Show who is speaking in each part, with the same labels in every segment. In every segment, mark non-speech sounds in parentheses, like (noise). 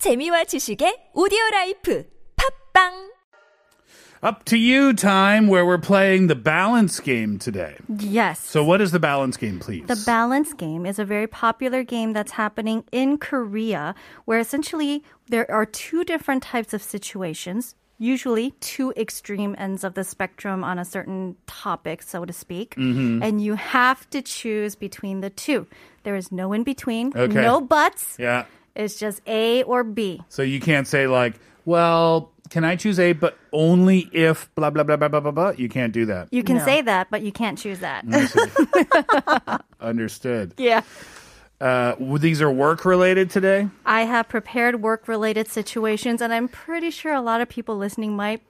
Speaker 1: 재미와 지식의 오디오 라이프 팝빵
Speaker 2: Up to you time where we're playing the balance game today.
Speaker 3: Yes.
Speaker 2: So, what is the balance game, please?
Speaker 3: The balance game is a very popular game that's happening in Korea, where essentially there are two different types of situations. Usually, two extreme ends of the spectrum on a certain topic, so to speak.
Speaker 2: Mm-hmm.
Speaker 3: And you have to choose between the two. There is no in between,
Speaker 2: Okay.
Speaker 3: no buts.
Speaker 2: yeah.
Speaker 3: It's just A or B.
Speaker 2: So, you can't say, like, well, can I choose A, but only if blah, blah, blah, blah, blah, blah, blah. You can't do that.
Speaker 3: You can say that, but you can't choose that.
Speaker 2: Mm. Understood.
Speaker 3: (laughs) yeah.
Speaker 2: Uh, w- these are work related today.
Speaker 3: I have prepared work related situations, and I'm pretty sure a lot of people listening might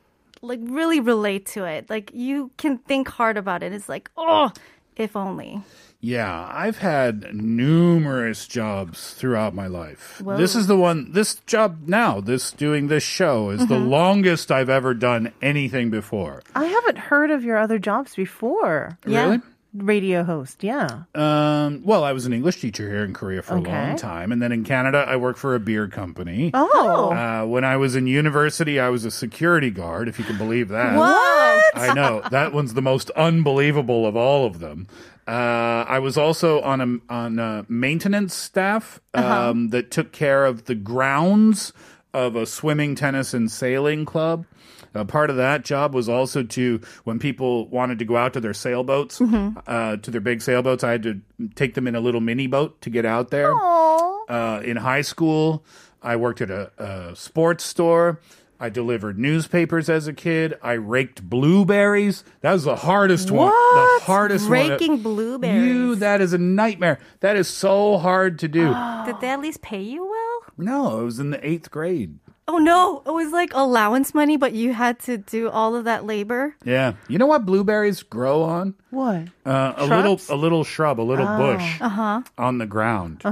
Speaker 3: like really relate to it. Like you can think hard about it. It's like, oh, if only.
Speaker 2: Yeah, I've had numerous jobs throughout my life.
Speaker 3: Whoa.
Speaker 2: This is the one, this job now, this doing this show is
Speaker 3: Mm-hmm.
Speaker 2: the longest I've ever done anything before.
Speaker 4: I haven't heard of your other jobs before.
Speaker 3: Yeah.
Speaker 2: Really?
Speaker 4: Radio host, yeah.
Speaker 2: Um, well, I was an English teacher here in Korea for
Speaker 4: Okay.
Speaker 2: a long time, and then in Canada, I worked for a beer company.
Speaker 4: Oh,
Speaker 2: Uh, when I was in university, I was a security guard, if you can believe that.
Speaker 4: Oh.
Speaker 3: What?
Speaker 2: I know that one's the most unbelievable of all of them. Uh, I was also on a on a maintenance staff um, that took care of the grounds of a swimming, tennis, and sailing club. Uh, part of that job was also to when people wanted to go out to their sailboats, uh, to their big sailboats, I had to take them in a little mini boat to get out there. Uh, in high school, I worked at a, a sports store. I delivered newspapers as a kid. I raked blueberries. That was the hardest one. The hardest one.
Speaker 3: Raking blueberries.
Speaker 2: You, that is a nightmare. That is so hard to
Speaker 3: (gasps)
Speaker 2: do.
Speaker 3: Did they at least pay you well?
Speaker 2: no, it was in the eighth grade.
Speaker 3: Oh no, it was like allowance money, but you had to do all of that labor.
Speaker 2: Yeah. You know what blueberries grow on?
Speaker 4: what?
Speaker 2: Uh, a little, a little shrub, a little bush on the ground,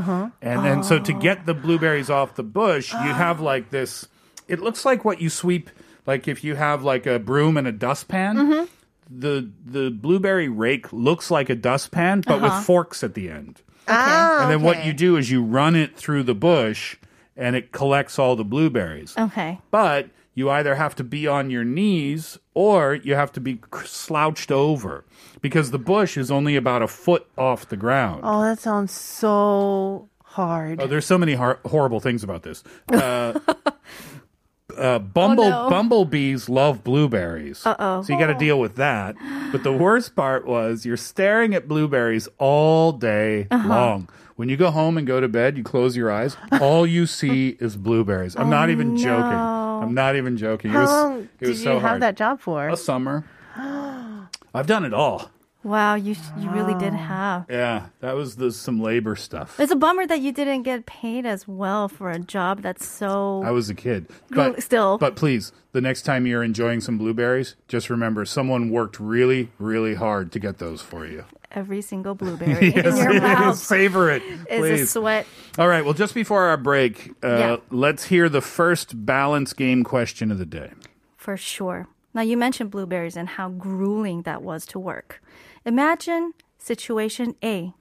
Speaker 2: and then so to get the blueberries off the bush, you have like this. It looks like what you sweep, like if you have like a broom and a dustpan. The the blueberry rake looks like a dustpan, but with forks at the end.
Speaker 4: Ah,
Speaker 2: And then what you do is you run it through the bush, and it collects all the blueberries.
Speaker 3: Okay.
Speaker 2: But you either have to be on your knees or you have to be cr- slouched over because the bush is only about a foot off the ground.
Speaker 4: oh, that sounds so hard.
Speaker 2: Oh, there's so many hor- horrible things about this. Uh,
Speaker 4: (laughs)
Speaker 2: uh, bumble
Speaker 4: Oh,
Speaker 3: no.
Speaker 2: bumblebees love blueberries. Uh-oh. So you got to deal with that. But the worst part was you're staring at blueberries all day
Speaker 4: Uh-huh.
Speaker 2: long. When you go home and go to bed, you close your eyes. All you
Speaker 4: (laughs)
Speaker 2: see is blueberries. I'm not even joking. I'm not even joking.
Speaker 4: Oh, How
Speaker 2: it was,
Speaker 4: long
Speaker 2: it
Speaker 4: did
Speaker 2: was
Speaker 4: you
Speaker 2: so hard.
Speaker 4: have
Speaker 2: Oh.
Speaker 4: that job for?
Speaker 2: A
Speaker 4: (gasps)
Speaker 2: summer. I've done it all.
Speaker 3: Wow, you you really did have.
Speaker 2: Yeah, that was the some labor stuff.
Speaker 3: It's a bummer that you didn't get paid as well for a job that's so
Speaker 2: I was a kid.
Speaker 3: Well,
Speaker 2: But
Speaker 3: still.
Speaker 2: But please, the next time you're enjoying some blueberries, just remember someone worked really, really hard to get those for you. (laughs)
Speaker 3: every single blueberry in your
Speaker 2: Yes,
Speaker 3: mouth
Speaker 2: Savor it.
Speaker 3: is a
Speaker 2: Please.
Speaker 3: sweat.
Speaker 2: All right. Well, just before our break, uh,
Speaker 3: Yeah.
Speaker 2: let's hear the first balance game question of the day.
Speaker 3: For sure. Now, you mentioned blueberries and how grueling that was to work. Imagine situation A.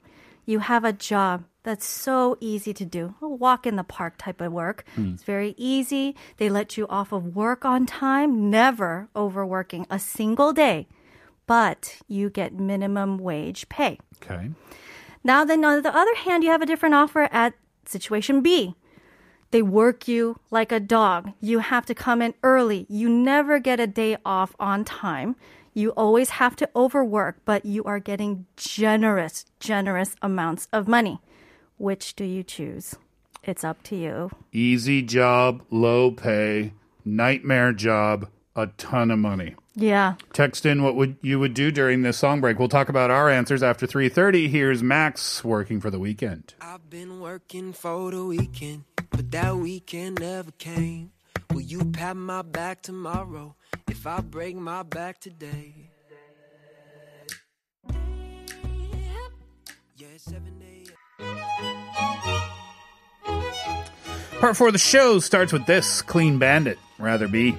Speaker 3: You have a job that's so easy to do, a walk in the park type of work. It's very easy. They let you off of work on time, never overworking a single day, but you get minimum wage pay.
Speaker 2: Okay.
Speaker 3: Now, then, on the other hand, you have a different offer at situation B. They work you like a dog. You have to come in early. You never get a day off on time. You always have to overwork, but you are getting generous, generous amounts of money. Which do you choose? It's up to you.
Speaker 2: Easy job, low pay, nightmare job, a ton of money.
Speaker 3: Yeah.
Speaker 2: Text in what would you would do during this song break. We'll talk about our answers after 3:30. Here's Max working for the weekend.
Speaker 5: I've been working for the weekend, but that weekend never came. Will you pat my back tomorrow if I break my back today? Yeah, it's 7 a.m.
Speaker 2: Part four of the show starts with this Clean Bandit, rather be.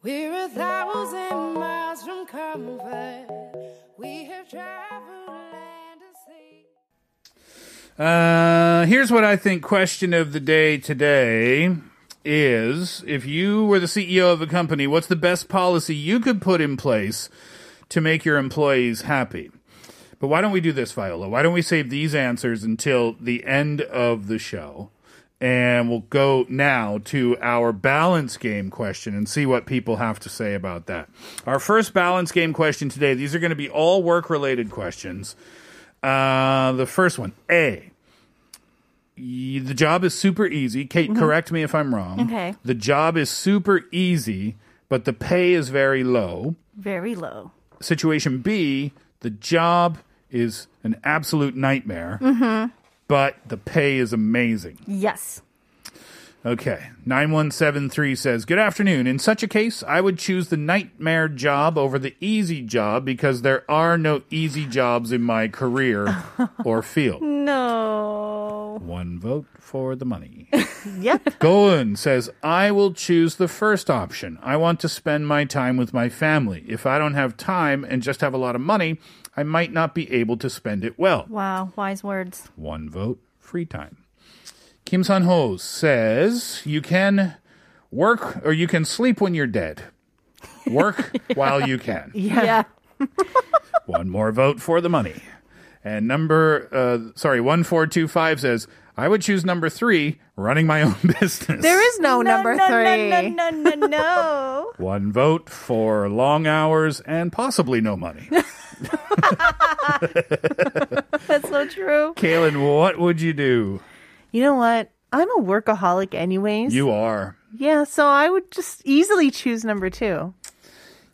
Speaker 6: We're a thousand miles from comfort. We have traveled land and sea.
Speaker 2: Uh, here's what I think question of the day today is if you were the CEO of a company, what's the best policy you could put in place to make your employees happy? But why don't we do this, Viola? Why don't we save these answers until the end of the show? And we'll go now to our balance game question and see what people have to say about that. Our first balance game question today, these are going to be all work related questions. Uh, the first one, A. Y- The job is super easy. Kate, correct me if I'm wrong.
Speaker 3: Okay.
Speaker 2: The job is super easy, but the pay is very low.
Speaker 3: Very low.
Speaker 2: Situation B, the job is an absolute nightmare, but the pay is amazing.
Speaker 3: Yes.
Speaker 2: Okay. 9173 says, Good afternoon. In such a case, I would choose the nightmare job over the easy job because there are no easy jobs in my career or field.
Speaker 3: No.
Speaker 2: One vote for the money.
Speaker 4: Yep.
Speaker 2: Goen says, I will choose the first option. I want to spend my time with my family. If I don't have time and just have a lot of money, I might not be able to spend it well.
Speaker 3: Wow. Wise words.
Speaker 2: One vote, free time. Kim San Ho says, You can work or you can sleep when you're dead. Work while you can.
Speaker 3: Yeah. (laughs)
Speaker 2: One more vote for the money. And number, uh, sorry, 1425 says, I would choose number three, running my own (laughs) business.
Speaker 4: There is
Speaker 3: Oh,
Speaker 4: no, number three.
Speaker 3: No, no, no, no, no.
Speaker 2: One vote for long hours and possibly no
Speaker 4: (laughs)
Speaker 2: money.
Speaker 3: That's so true.
Speaker 2: Kaylin, what would you do?
Speaker 4: You know what? I'm a workaholic, anyways.
Speaker 2: You are.
Speaker 4: yeah, so I would just easily choose number two.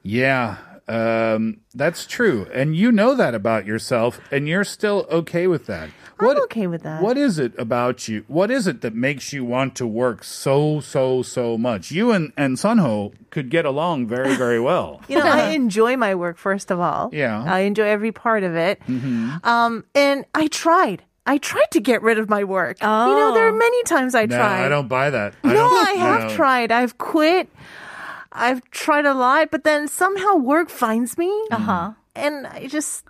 Speaker 2: Yeah, um, that's true. And you know that about yourself, and you're still okay with that. What,
Speaker 4: okay with that.
Speaker 2: What is it about you? What is it that makes you want to work so, so, so much? You and, and Sunho could get along very, very well.
Speaker 4: You
Speaker 2: (laughs)
Speaker 4: know, I enjoy my work, first of all.
Speaker 2: Yeah. Mm-hmm.
Speaker 4: I enjoy every part of it. Um, and I tried. I tried to get rid of my work. You know, there are many times I
Speaker 2: Oh. no,
Speaker 4: tried.
Speaker 2: I don't buy that. I
Speaker 4: No,
Speaker 2: don't,
Speaker 4: I have
Speaker 2: no.
Speaker 4: tried. I've quit. I've tried a lot, but then somehow work finds me. Uh huh. And I just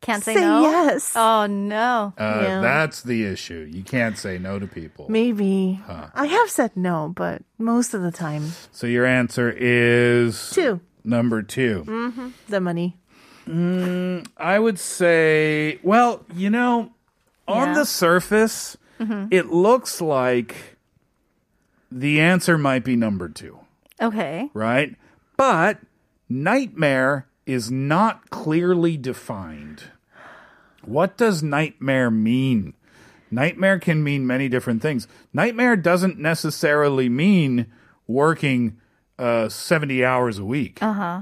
Speaker 3: Can't say,
Speaker 4: Say
Speaker 3: no.
Speaker 4: yes.
Speaker 3: Oh no.
Speaker 2: Uh,
Speaker 4: Yeah.
Speaker 2: That's the issue. You can't say no to people.
Speaker 4: maybe I have said no, but most of the time,
Speaker 2: So your answer is
Speaker 4: two Mm.
Speaker 2: number two.
Speaker 4: the money.
Speaker 2: I would say, well, you know, on
Speaker 3: Yeah.
Speaker 2: the surface,
Speaker 4: Mm-hmm.
Speaker 2: it looks like the answer might be number two,
Speaker 3: Okay.
Speaker 2: right? But nightmare is not clearly defined. What does nightmare mean? Nightmare can mean many different things. Nightmare doesn't necessarily mean working uh, 70 hours a week. Uh huh.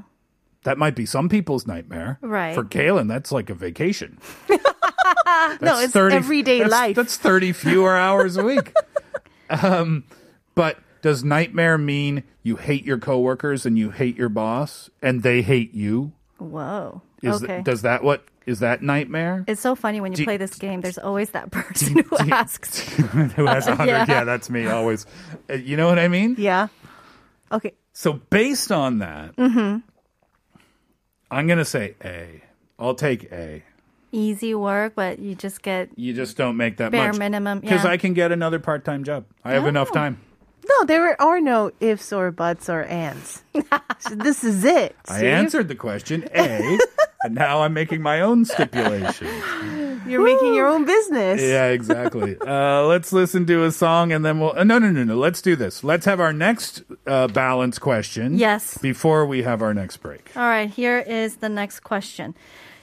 Speaker 2: That might be some people's nightmare.
Speaker 3: Right.
Speaker 2: For Kaylin, that's like a vacation.
Speaker 4: no,
Speaker 2: That's
Speaker 4: it's everyday
Speaker 2: that's-
Speaker 4: life.
Speaker 2: That's 30 fewer hours a
Speaker 3: (laughs)
Speaker 2: week. um, but does nightmare mean you hate your coworkers and you hate your boss and they hate you?
Speaker 3: Whoa.
Speaker 2: Is
Speaker 3: okay.
Speaker 2: th- does that what is that nightmare?
Speaker 3: it's so funny when you
Speaker 2: Do-
Speaker 3: play this game. There's always that (laughs) person (laughs) who asks.
Speaker 2: (laughs) Who has 100?
Speaker 3: (laughs) yeah.
Speaker 2: Yeah. that's me always. Uh, you know what I mean?
Speaker 4: yeah. Okay.
Speaker 2: So based on that,
Speaker 3: Mm-hmm.
Speaker 2: I'm going to say A. I'll take A.
Speaker 3: Easy work, but you just get
Speaker 2: You just don't make that
Speaker 3: Bare
Speaker 2: much.
Speaker 3: minimum,
Speaker 2: Because
Speaker 3: yeah. Oh.
Speaker 2: I can get another part time job. I have enough time.
Speaker 4: No, there are no ifs or buts or ands. so this is it.
Speaker 2: I
Speaker 4: Steve.
Speaker 2: answered the question (laughs) A, and now I'm making my own stipulation.
Speaker 4: You're making your own business.
Speaker 2: yeah, exactly. Uh, let's listen to a song, and then we'll. Uh, no, no, no, no. Let's do this. Let's have our next uh, balance question.
Speaker 3: Yes.
Speaker 2: Before we have our next break.
Speaker 3: All right, here is the next question.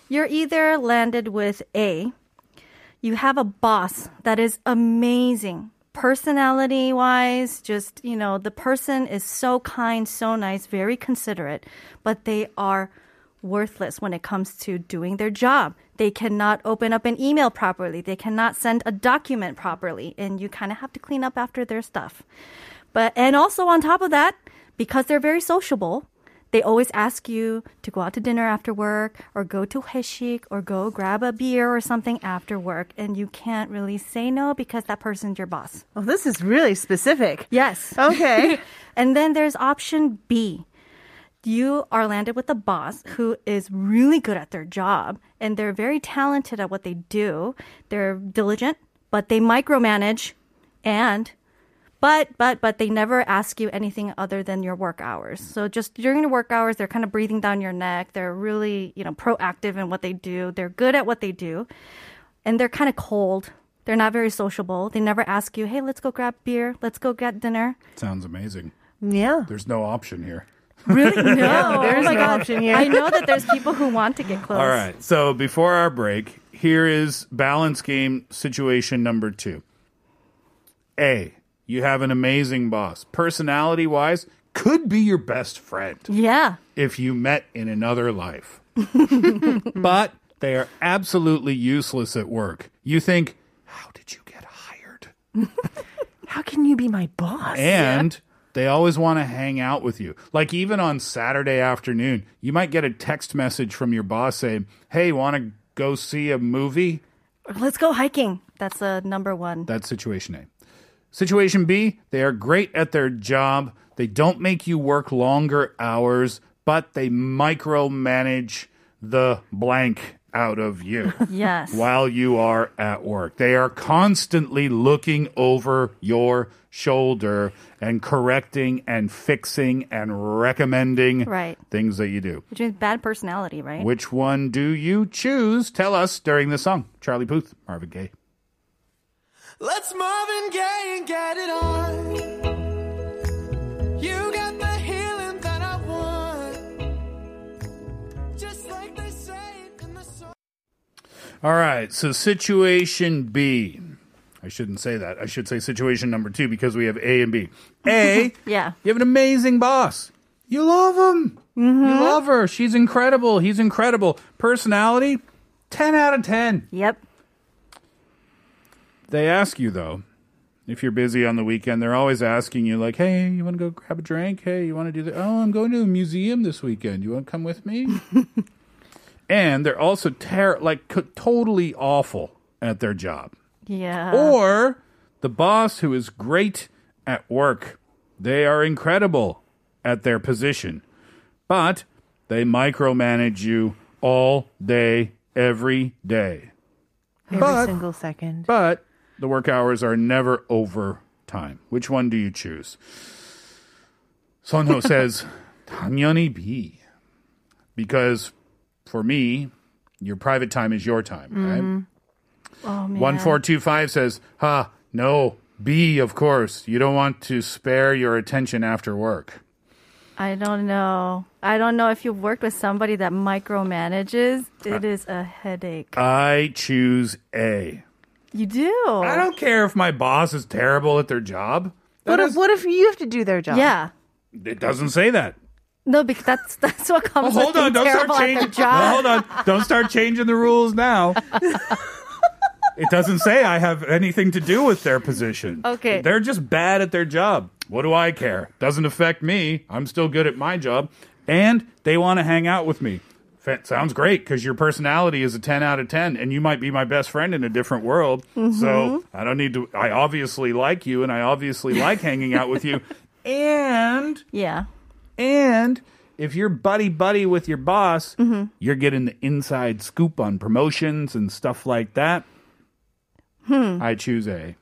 Speaker 3: You're either landed with A, you have a boss that is amazing. Personality wise, just, you know, the person is so kind, so nice, very considerate, but they are worthless when it comes to doing their job. They cannot open up an email properly, they cannot send a document properly, and you kind of have to clean up after their stuff. But, and also on top of that, because they're very sociable, they always ask you to go out to dinner after work or go to Heshik or go grab a beer or something after work. And you can't really say no because that person's your boss.
Speaker 4: Oh, this is really specific.
Speaker 3: Yes.
Speaker 2: (laughs)
Speaker 4: Okay.
Speaker 3: And then there's option B. you are landed with a boss who is really good at their job and they're very talented at what they do. They're diligent, but they micromanage and but but but they never ask you anything other than your work hours. So just during the work hours, they're kind of breathing down your neck. They're really, you know, proactive in what they do. They're good at what they do. And they're kind of cold. They're not very sociable. They never ask you, "Hey, let's go grab beer. Let's go get dinner."
Speaker 2: Sounds amazing.
Speaker 4: Yeah.
Speaker 2: There's no option here.
Speaker 3: (laughs) Really? No.
Speaker 4: There's
Speaker 3: oh my
Speaker 4: no
Speaker 3: God.
Speaker 4: option
Speaker 2: (laughs)
Speaker 4: here.
Speaker 3: I know that there's people who want to get close.
Speaker 2: All right. So before our break, here is balance game situation number two. A, you have an amazing boss. Personality wise, could be your best friend
Speaker 3: Yeah.
Speaker 2: if you met in another
Speaker 4: (laughs)
Speaker 2: life. but they are absolutely useless at work. You think, how did you get hired?
Speaker 4: (laughs) How can you be my boss?
Speaker 2: And they always want to hang out with you. Like even on Saturday afternoon, you might get a text message from your boss saying, "Hey, want to go see a movie?"
Speaker 3: Let's go hiking. That's a number one.
Speaker 2: That's situation A. Situation B, they are great at their job. They don't make you work longer hours, but they micromanage the blank out of you
Speaker 3: Yes.
Speaker 2: while you are at work. They are constantly looking over your shoulder and correcting and fixing and recommending
Speaker 3: Right.
Speaker 2: things that you do.
Speaker 3: Which means bad personality, right?
Speaker 2: Which one do you choose? Tell us during the song. Charlie Puth, Marvin Gaye.
Speaker 5: Let's Marvin Gaye and get it on. You got the healing that I want. Just like they say it in the song.
Speaker 2: All right, so situation B. I shouldn't say that. I should say situation number two because we have A and B. A,
Speaker 3: Yeah.
Speaker 2: you have an amazing boss. You love him. You love her. She's incredible. He's incredible. Personality, 10 out of 10.
Speaker 3: Yep.
Speaker 2: They ask you, though, if you're busy on the weekend, they're always asking you, like, hey, you want to go grab a drink? Hey, you want to do that? Oh, I'm going to a museum this weekend. You want to come with me? and they're also ter- like co- totally awful at their job.
Speaker 3: Yeah.
Speaker 2: Oh, or the boss who is great at work. They are incredible at their position, but they micromanage you all day, every day.
Speaker 4: Every
Speaker 2: But-
Speaker 4: single second.
Speaker 2: But the work hours are never over time. Which one do you choose? Sonho says, 당연히 B. Because for me, your private time is your time, right?
Speaker 3: oh, man.
Speaker 2: 1425 says, Ha, no, B, of course. You don't want to spare your attention after work.
Speaker 3: I don't know. I don't know if you've worked with somebody that micromanages.
Speaker 2: Uh,
Speaker 3: It is a headache.
Speaker 2: I choose A.
Speaker 3: You do.
Speaker 2: I don't care if my boss is terrible at their job. That
Speaker 4: What if,
Speaker 2: is-
Speaker 4: what if you have to do their job?
Speaker 3: Yeah.
Speaker 2: it doesn't say that.
Speaker 3: No, because that's that's what
Speaker 2: Oh,
Speaker 3: comes.
Speaker 2: hold
Speaker 3: with
Speaker 2: on,
Speaker 3: being
Speaker 2: don't start
Speaker 3: terrible at their
Speaker 2: changing.
Speaker 3: job.
Speaker 2: No, hold on, don't start changing the rules now.
Speaker 3: (laughs)
Speaker 2: it doesn't say I have anything to do with their position.
Speaker 3: Okay.
Speaker 2: they're just bad at their job. What do I care? Doesn't affect me. I'm still good at my job, and they want to hang out with me. Fa- Sounds great because your personality is a 10 out of 10, and you might be my best friend in a different world.
Speaker 3: Mm-hmm.
Speaker 2: So I don't need to. I obviously like you, and I obviously like hanging out with
Speaker 3: (laughs)
Speaker 2: you. And
Speaker 3: Yeah.
Speaker 2: and if you're buddy buddy with your boss,
Speaker 3: Mm-hmm.
Speaker 2: you're getting the inside scoop on promotions and stuff like that.
Speaker 3: Hmm.
Speaker 2: I choose A.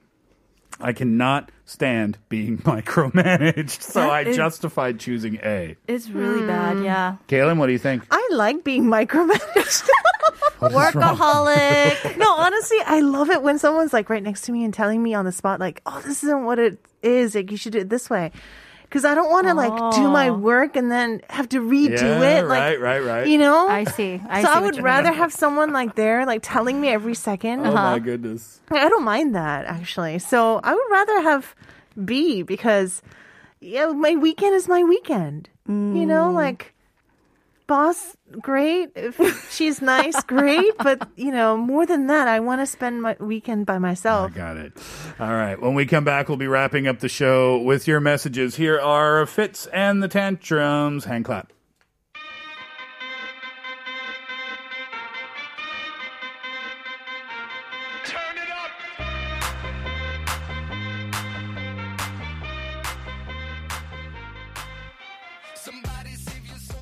Speaker 2: I cannot stand being (laughs) micromanaged, so
Speaker 3: That
Speaker 2: I
Speaker 3: is-
Speaker 2: justified choosing A.
Speaker 3: It's really bad.
Speaker 2: Hmm.
Speaker 3: Yeah.
Speaker 2: Kaylin, what do you think?
Speaker 4: I like
Speaker 3: (laughs)
Speaker 4: being micromanaged.
Speaker 3: Workaholic.
Speaker 4: no, honestly, I love it when someone's like right next to me and telling me on the spot, like, oh, this isn't what it is. Like, you should do it this way. Because I don't want to like do my
Speaker 3: Oh.
Speaker 4: work and then have to redo
Speaker 2: Yeah,
Speaker 4: it. Like,
Speaker 2: right, right, right.
Speaker 4: You know?
Speaker 2: (laughs)
Speaker 3: I see. I
Speaker 4: so
Speaker 3: see
Speaker 4: I
Speaker 3: what
Speaker 4: would
Speaker 3: you
Speaker 4: rather
Speaker 3: mean.
Speaker 4: have someone like there, like telling me every 2nd
Speaker 2: Oh my goodness.
Speaker 4: I don't mind that actually. So I would rather have B because yeah, my weekend is my weekend. You know, like boss, great. If she's nice, great. But you know, more than that, I want to spend my weekend by
Speaker 2: I
Speaker 4: myself.
Speaker 2: got it. All right. When we come back, we'll be wrapping up the show with your messages. Here are Fitz and the Tantrums. Hand clap.
Speaker 5: Somebody save your soul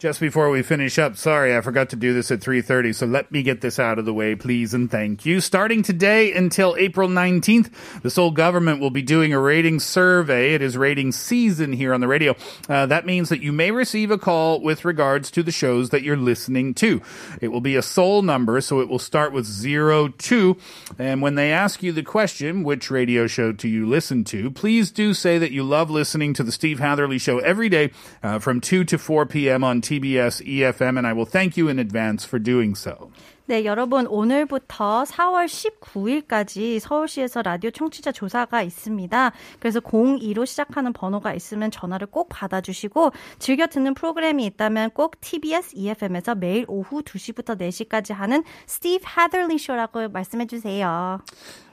Speaker 2: Just before we finish up, sorry, I forgot to do this at 3:30, so let me get this out of the way, please and thank you. Starting today until April 19th, the Seoul government will be doing a rating survey. It is rating season here on the radio. Uh, that means that you may receive a call with regards to the shows that you're listening to. It will be a Seoul number, so it will start with 02, and when they ask you the question, which radio show do you listen to, please do say that you love listening to the Steve Hatherley show every day uh, from 2 to 4 p.m. on TBS EFM, E and I will thank you in advance for doing so.
Speaker 3: 네, 여러분 오늘부터 4월 19일까지 서울시에서 라디오 청취자 조사가 있습니다. 그래서 02로 시작하는 번호가 있으면 전화를 꼭 받아주시고 즐겨 듣는 프로그램이 있다면 꼭 TBS EFM에서 매일 오후 2시부터 4시까지 하는 Steve Hatherley Show라고 말씀해주세요.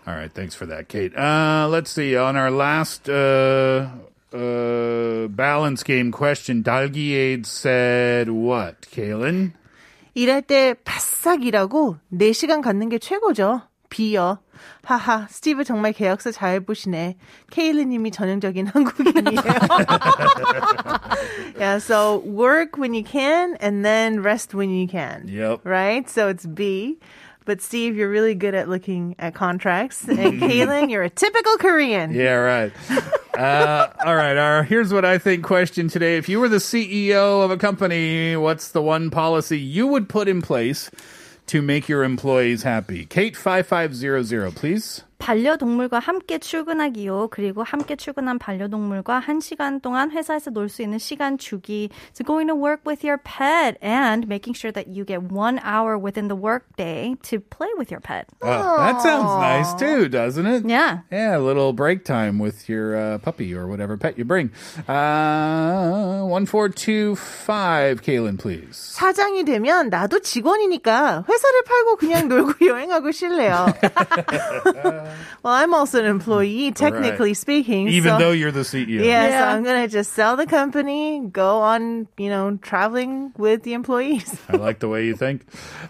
Speaker 2: All right, thanks for that, Kate. Uh, let's see. On our last uh, uh, balance game question, Dalgiade said what, Kalen?
Speaker 4: 일할 때 바싹 일하고 4시간 갖는 게 최고죠. 비어. 하하, 스티브 정말 계약서 잘 보시네. 케일리님이 전형적인 (laughs) 한국인이에요. yeah, so work when you can and then rest when you can.
Speaker 2: Yep.
Speaker 4: Right? So it's B. But Steve, you're really good at looking at contracts. And Kaylin, you're a typical Korean.
Speaker 2: Yeah, right. (laughs) uh, all right. Our, here's what I think question today. If you were the CEO of a company, what's the one policy you would put in place to make your employees happy? Kate 5500, please.
Speaker 3: 반려동물과 함께 출근하기요. 그리고 함께 출근한 반려동물과 한 시간 동안 회사에서 놀 수 있는 시간 주기. So going to work with your pet and making sure that you get one hour within the workday to play with your pet.
Speaker 2: Oh, that sounds nice too, doesn't it?
Speaker 3: Yeah.
Speaker 2: Yeah, a little break time with your uh, puppy or whatever pet you bring. Uh, 1425, Kaylin, please.
Speaker 4: 사장이 되면 나도 직원이니까 회사를 팔고 그냥 (laughs) 놀고 여행하고
Speaker 2: (laughs)
Speaker 4: 싶네요. well, I'm also an employee, technically
Speaker 2: Right.
Speaker 4: speaking.
Speaker 2: Even
Speaker 4: so-
Speaker 2: though you're the E CEO.
Speaker 4: Yeah, so
Speaker 3: Yeah.
Speaker 4: I'm gonna just sell the company, go on, you know, traveling with the employees.
Speaker 2: I like the way you think.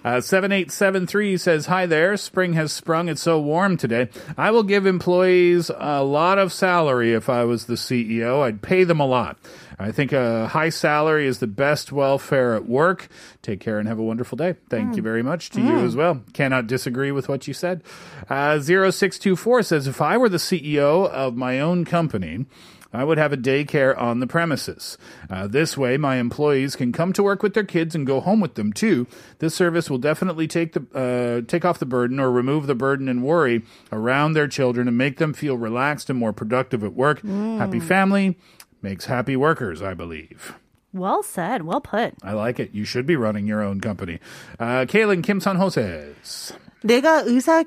Speaker 2: Uh, 7873 says, Hi there. Spring has sprung. It's so warm today. I will give employees a lot of salary if I was the CEO. I'd pay them a lot. I think a high salary is the best welfare at work. Take care and have a wonderful day. Thank you very much to you as well. Cannot disagree with what you said. Uh, 0624 says, If I were the CEO of my own company, I would have a daycare on the premises. Uh, this way, my employees can come to work with their kids and go home with them too. This service will definitely take the uh, take off the burden or remove the burden and worry around their children and make them feel relaxed and more productive at work. Happy family makes happy workers, I believe.
Speaker 3: Well said. Well put.
Speaker 2: I like it. You should be running your own company. Uh, Kaylin Kim Sun Ho says,
Speaker 4: 내가 의사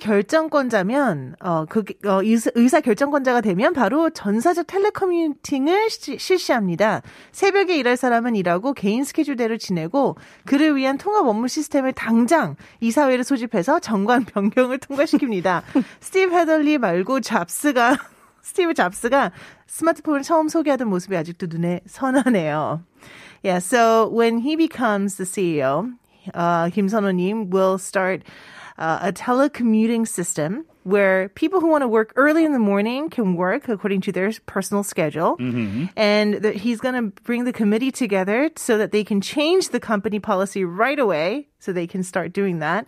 Speaker 4: 결정권자면 어, 그, 어, 의사, 의사 결정권자가 되면 바로 전사적 텔레커뮤팅을 시- 실시합니다. 새벽에 일할 사람은 일하고 개인 스케줄대로 지내고 그를 위한 통합 업무 시스템을 당장 이사회를 소집해서 정관 변경을 통과시킵니다. (laughs) 스티브 헤덜리 말고 잡스가 스티브 잡스가 스마트폰을 처음 소개하던 모습이 아직도 눈에 선하네요. Yeah, so when he becomes the CEO, uh, Kim Sononim will start uh, a telecommuting system where people who want to work early in the morning can work according to their personal schedule. And that he's going to bring the committee together so that they can change the company policy right away so they can start doing that.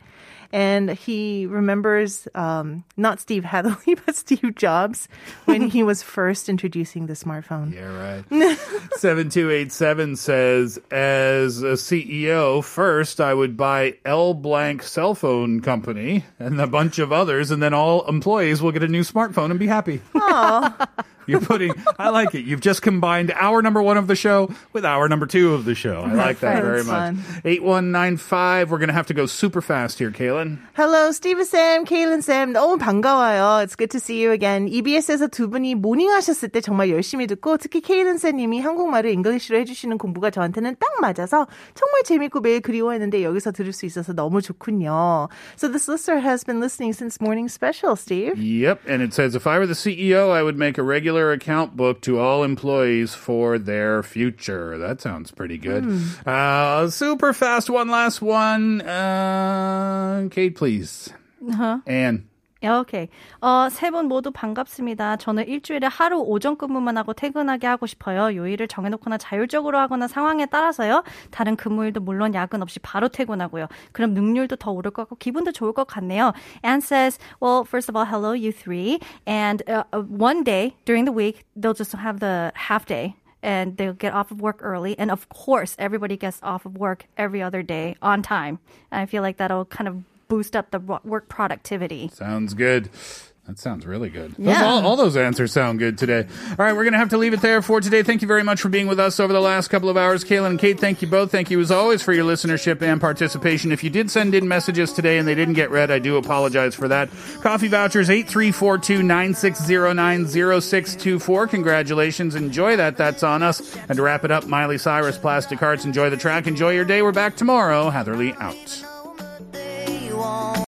Speaker 4: And he remembers um, not Steve Hadley, (laughs) but Steve Jobs when he was first introducing the smartphone.
Speaker 2: Yeah, right. 7287 says, as a CEO, first I would buy L blank cell phone company and a bunch of others, and then all employees will get a new smartphone and be happy. (laughs) You're putting, I like it. You've just combined hour number one of the show with hour number two of the show. I like that
Speaker 4: That's
Speaker 2: very much.
Speaker 4: fun.
Speaker 2: 8195, we're going to have to go super fast here, Kaylin.
Speaker 4: Hello, Steve Sam, Kaylin Sam. 너무 반가워요. It's good to see you again. EBS에서 두 분이 모닝 하셨을 때 정말 열심히 듣고 특히 케일린 쌤님이 한국말을 잉글리시로 해주시는 공부가 저한테는 딱 맞아서 정말 재밌고 매일 그리워했는데 여기서 들을 수 있어서 너무 좋군요. So this listener has been listening since morning special, Steve.
Speaker 2: Yep. And it says, if I were the CEO, I would make a regular account book to all employees for their future. That sounds pretty good. Uh, super fast. One last one. Uh, Kate, please. Uh-huh. Anne.
Speaker 3: 오케이. 어, 세 분 모두 반갑습니다. 저는 일주일에 하루 오전 근무만 하고 퇴근하게 하고 싶어요. 요일을 정해놓거나 자율적으로 하거나 상황에 따라서요. 다른 근무일도 물론 야근 없이 바로 퇴근하고요. 그럼 능률도 더 오를 것 같고 기분도 좋을 것 같네요. Anne says, well, first of all, hello, you three. And uh, uh, one day during the week, they'll just have the half day. and they'll get off of work early. And of course, everybody gets off of work every other day on time. And I feel like that'll kind of boost up the wo- work productivity.
Speaker 2: Sounds good. That sounds really good. Those, all, all those answers sound good today. All right, we're going to have to leave it there for today. Thank you very much for being with us over the last couple of hours. Kaylin and Kate, thank you both. Thank you as always for your listenership and participation. If you did send in messages today and they didn't get read, I do apologize for that. Coffee vouchers 8342-960-90624. Congratulations. Enjoy that. That's on us. And to wrap it up, Miley Cyrus, Plastic Hearts. Enjoy the track. Enjoy your day. We're back tomorrow. Hatherley out.